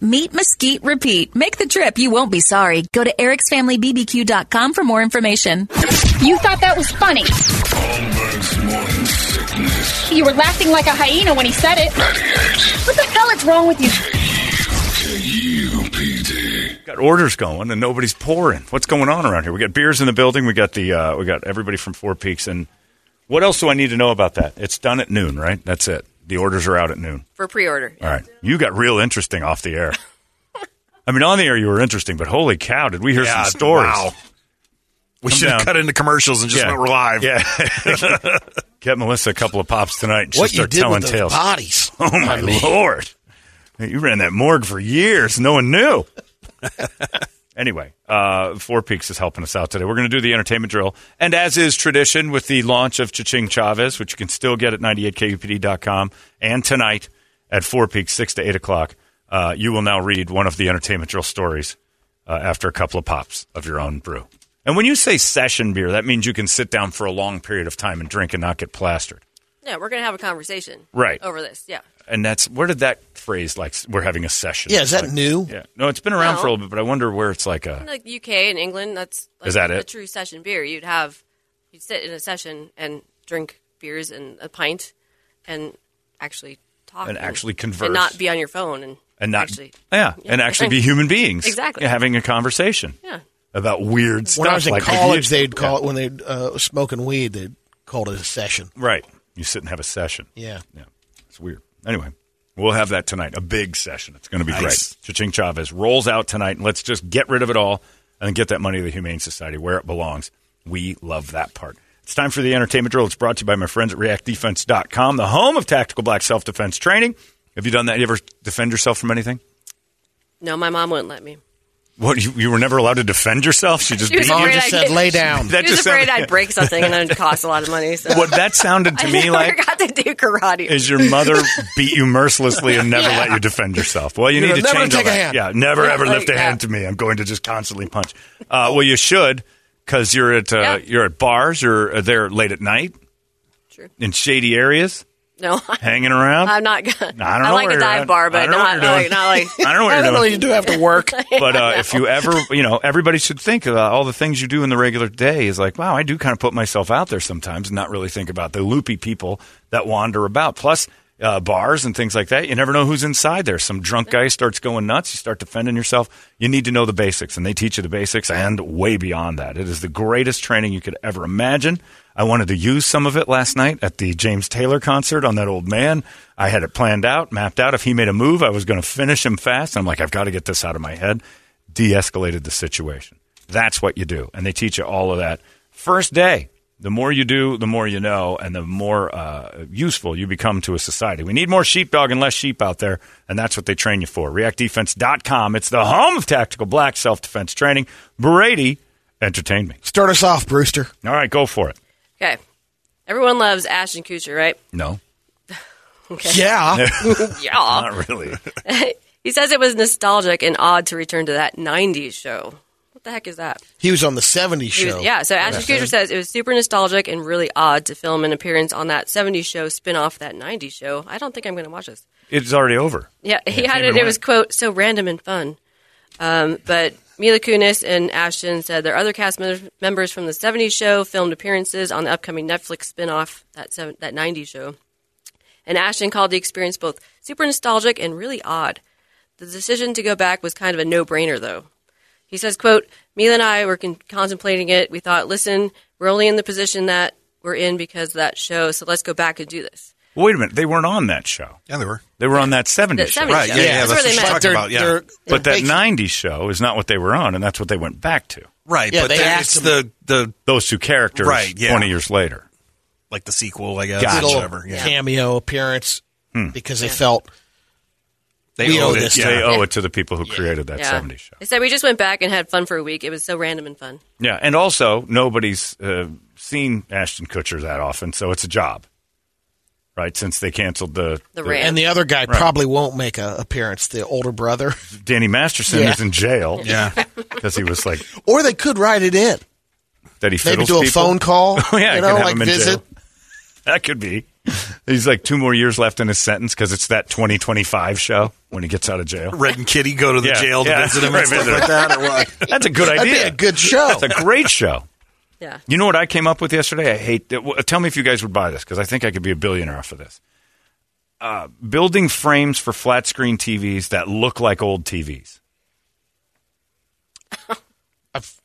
Meet Mesquite Repeat. Make the trip, you won't be sorry. Go to ericsfamilybbq.com for more information. You thought that was funny. Holmberg's morning sickness. You were laughing like a hyena when he said it. 98 What the hell is wrong with you? KUPD. Got orders going and nobody's pouring. What's going on around here? We got beers in the building. We got the uh, we got everybody from Four Peaks and what else do I need to know about that? It's done at noon, right? That's it. The orders are out at noon. for pre-order. All right. You got real interesting off the air. I mean, on the air you were interesting, but holy cow, did we hear Yeah, some stories? Wow. We I'm should have down. cut into commercials and just Yeah. went live. Yeah. Get Melissa a couple of pops tonight. And she'll What you start did telling with those tales. bodies? oh my lord! Hey, You ran that morgue for years. No one knew. anyway, uh, Four Peaks is helping us out today. We're going to do the entertainment drill, and as is tradition, with the launch of Chaching Chavez, which you can still get at 98kupd.com, and tonight at Four Peaks, six to eight o'clock, uh, you will now read one of the entertainment drill stories uh, after a couple of pops of your own brew. And when you say session beer, that means you can sit down for a long period of time and drink and not get plastered. Yeah, we're gonna have a conversation, Right. Over this, yeah. And that's where did that phrase like we're having a session? Yeah, is that Like, new? Yeah, no, it's been around No. for a little bit, but I wonder where it's like a In like the UK and England, that's like Is that a it? true session beer. You'd have you'd sit in a session and drink beers and a pint, and actually talk And actually converse. and not be on your phone and and not actually yeah, and actually be human beings Exactly. Yeah, having a conversation yeah. about weird stuff. When I was in like if you- college, they'd call it when they uh, smoking weed. They would called it a session. right. You sit and have a session. Yeah. Yeah, it's weird. Anyway, we'll have that tonight. A big session. It's going to be Nice. great. Chaching Chavez rolls out tonight, and let's just get rid of it all and get that money to the Humane Society where it belongs. We love that part. It's time for the entertainment drill. It's brought to you by my friends at reactdefense.com, the home of tactical black self defense training. Have you done that? You ever defend yourself from anything? No, my mom wouldn't let me. What, you, you were never allowed to defend yourself? She just She was beat you? Mom Great just said, idea. "Lay down." That she was just afraid sounded- I'd break something and it'd cost a lot of money. So What that sounded to I me never like got to do karate. is your mother beat you mercilessly and never let you defend yourself. Well, you You need know, to never change all take a that. hand. Yeah, never Yeah, ever like lift a hand that. to me. I'm going to just constantly punch. Uh, well, you should because you're at uh, Yeah. you're at bars. You're uh, there late at night True. in shady areas, no, hanging around. I'm not. Gonna, I don't know where like a you're dive at. bar, I but don't know what not you're doing. like not like I don't know what I you're don't know. doing. You do have to work. But uh, if you ever, you know, everybody should think about all the things you do in the regular day is like, wow, I do kind of put myself out there sometimes and not really think about the loopy people that wander about. Plus, uh, bars and things like that, you never know who's inside there. Some drunk guy starts going nuts. You start defending yourself. You need to know the basics, and they teach you the basics and way beyond that. It is the greatest training you could ever imagine. I wanted to use some of it last night at the James Taylor concert on that old man. I had it planned out, mapped out. If he made a move, I was going to finish him fast. I'm like, I've got to get this out of my head. De escalated the situation. That's what you do. And they teach you all of that. First day, the more you do, the more you know, and the more uh, useful you become to a society. We need more sheepdog and less sheep out there, and that's what they train you for. ReactDefense.com. It's the home of tactical black self defense training. Brady, entertain me. Start us off, Brewster. All right, go for it. okay. Everyone loves Ashton Kutcher, right? No, Yeah. Yeah. not really. He says it was nostalgic and odd to return to that 90s show. What the heck is that? he was on the 70s He show. was- yeah, so Ashton Kutcher says it was super nostalgic and really odd to film an appearance on that 70s show spin off that 90s show. I don't think I'm going to watch this. It's already over. Yeah, he had came and it. It was, went. quote, so random and fun. Um, but Mila Kunis and Ashton said their other cast mem- members from the 70s show filmed appearances on the upcoming Netflix spin off, that, seven- that 90s show. And Ashton called the experience both super nostalgic and really odd. The decision to go back was kind of a no-brainer, though. He says, quote, Mila and I were con- contemplating it. We thought, listen, we're only in the position that we're in because of that show, so let's go back and do this. Wait a minute. They weren't on that show. Yeah, they were. They were on that 70s The show. 70s Right, show. yeah, yeah, that's, that's where what they she's met. talking they're- about, yeah. they're- But that they're basi- 90s show is not what they were on, and that's what they went back to. Right, Yeah, but they that, asked it's him- the the Those two characters Right, yeah. 20 years later. like the sequel, I guess. Gotcha. Hmm. or little Whatever. Yeah. cameo appearance because they felt They We owe owe it. this yeah. to They owe it to the people who created that Yeah. 70s show. They said we just went back and had fun for a week. It was so random and fun. Yeah, and also nobody's uh, seen Ashton Kutcher that often, so it's a job, right? Since they canceled the, The rant. and the other guy probably won't make an appearance the older brother Danny Masterson Yeah. is in jail Yeah. because he was like or they could write it in that he maybe fiddles do a people. phone call Oh, yeah, you could know have like him in visit jail. That could be. He's like two more years left in his sentence because it's that 2025 show when he gets out of jail. Red and Kitty go to the Yeah, jail to yeah, visit him right, and stuff visit like him. that, or what? That's a good that'd idea. be a good show That's a great show. yeah. You know what I came up with yesterday? I hate. That. Well, Tell me if you guys would buy this because I think I could be a billionaire off of this. Uh, building frames for flat screen TVs that look like old TVs.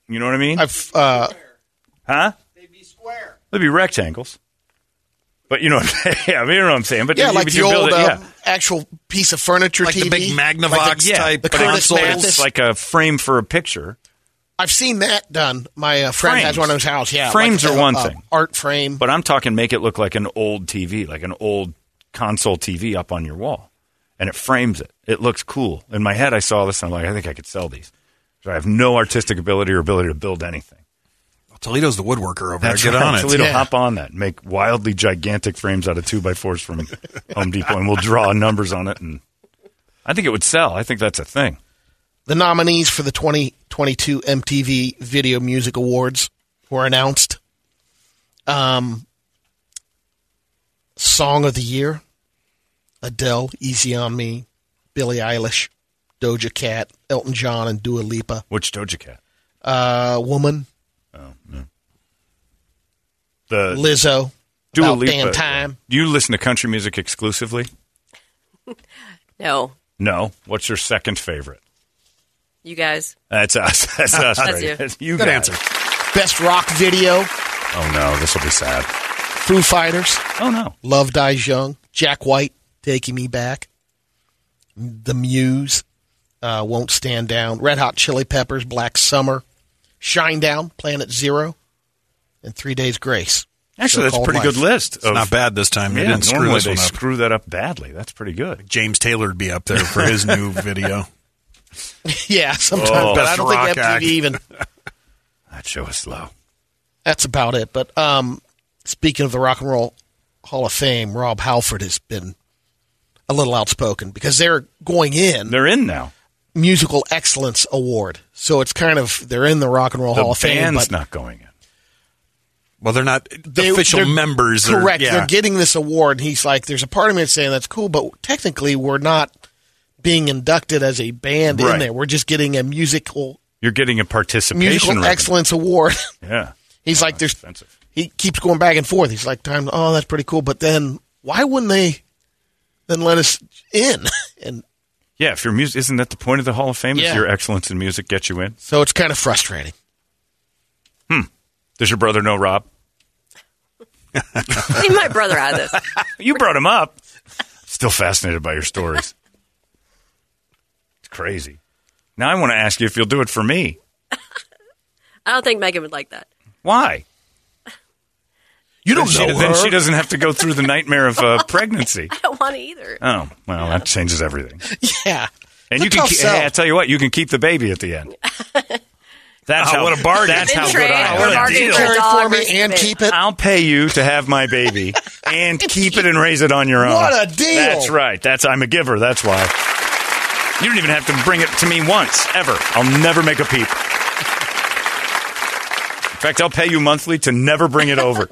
you know what I mean? I've, uh, huh? They'd be square. They'd be rectangles. But you know, what I'm saying? yeah, I mean, you know what I'm saying. But yeah you- like but the you build old it- um, actual piece of furniture Like TV the big Magnavox Like the- yeah, type the but Curtis console Mathis. like a frame for a picture. I've seen that done my uh, friend Frames. has one in his house yeah Frames like, are uh, one uh, thing. art frame But I'm talking make it look like an old TV, like an old console TV up on your wall. And it frames it. It looks cool. In my head, I saw this and I'm like, I think I could sell these. So I have no artistic ability or ability to build anything. Toledo's the woodworker over there. right. Get on it. Toledo, Yeah. hop on that. Make wildly gigantic frames out of two by fours from Home Depot, and we'll draw numbers on it. And I think it would sell. I think that's a thing. the nominees for the 2022 MTV Video Music Awards were announced. Um, Song of the Year Adele, Easy on Me, Billie Eilish, Doja Cat, Elton John, and Dua Lipa. Which Doja Cat? Uh, Woman, The Lizzo, Dua About Lipa. Damn Time. Do you listen to country music exclusively? No, No. What's your second favorite? you guys. That's us. That's us. That's right? you. you Good guys. answer. Best Rock Video, Oh no, this will be sad. Foo Fighters, Oh no. Love Dies Young, Jack White, Taking Me Back, The Muse, uh, Won't Stand Down, Red Hot Chili Peppers, Black Summer, Shine Down, Planet Zero, and Three Days Grace. Actually, that's a So-called pretty good life. list. Of, Not bad this time. They Yeah, didn't screw normally this they one up. screw that up badly. That's pretty good. James Taylor would be up there for his new video. Yeah, sometimes, Oh, but I don't rock think MTV act. even. That show is slow. That's about it. But um, speaking of the Rock and Roll Hall of Fame, Rob Halford has been a little outspoken because they're going in They're in now. musical excellence award, so it's kind of they're in the Rock and Roll The Hall of Fame, band's but not going in. Well, they're not they- official they're- members. are- Correct. yeah. They're getting this award. And he's like, there's a part of me that's saying that's cool, but technically we're not being inducted as a band Right. in there. We're just getting a musical You're getting a participation musical ribbon. excellence award. Yeah. he's like, there's Offensive. he keeps going back and forth. He's like, time. Oh, that's pretty cool. But then why wouldn't they then let us in? and Yeah, if your music isn't that the point of the Hall of Fame? Is Yeah. your excellence in music get you in? so it's kind of frustrating. Does your brother know Rob? Leave my brother out of this. You brought him up. Still fascinated by your stories. It's crazy. Now I want to ask you if you'll do it for me. I don't think Megan would like that. Why? Then You don't she, know then her. she doesn't have to go through the nightmare of uh, pregnancy. I don't want it either. Oh, well, that changes everything. yeah. And It's a you can, tough keep, sell. hey, I tell you what, you can keep the baby at the end. That's Oh, how what a bargain. That's how Trade good I for am. bargain deal. for a Carry dog for me versus and a baby. keep it. I'll pay you to have my baby and keep it and raise it on your own. What a deal. That's right. That's I'm a giver. That's why. You don't even have to bring it to me once ever. I'll never make a peep. In fact, I'll pay you monthly to never bring it over.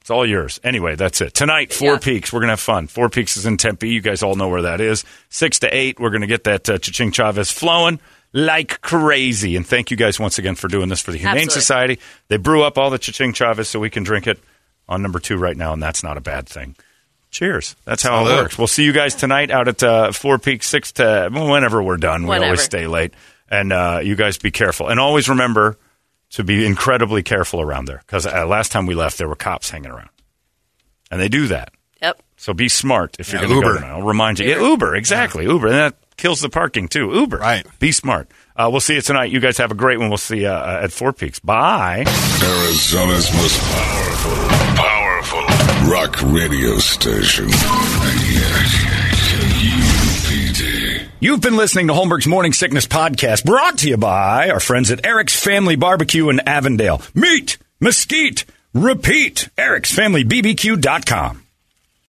It's all yours. Anyway, that's it. Tonight, Four Yeah. Peaks. We're going to have fun. Four Peaks is in Tempe. You guys all know where that is. Six to eight, we're going to get that uh, Ching Chavez flowing like crazy. And thank you guys once again for doing this for the Humane Absolutely. Society. They brew up all the Ching Chavez so we can drink it on number two right now, and that's not a bad thing. Cheers. That's how it Salud. works. We'll see you guys tonight out at uh, Four Peaks, six to whenever we're done. We always Whenever. stay late. And uh, you guys be careful. And always remember to be incredibly careful around there because uh, last time we left, there were cops hanging around. And they do that. Yep. So be smart if you're Yeah, going to go Uber. tonight. I'll remind you. Yeah, Uber, exactly. Uber. And that kills the parking, too. Uber. Right. Be smart. Uh, we'll see you tonight. You guys have a great one. We'll see you uh, at Four Peaks. Bye. Arizona's most powerful, powerful rock radio station. 98 KUPD. You've been listening to Holmberg's Morning Sickness Podcast, brought to you by our friends at Eric's Family Barbecue in Avondale. Meet, mesquite, repeat. Eric'sFamilyBBQ.com.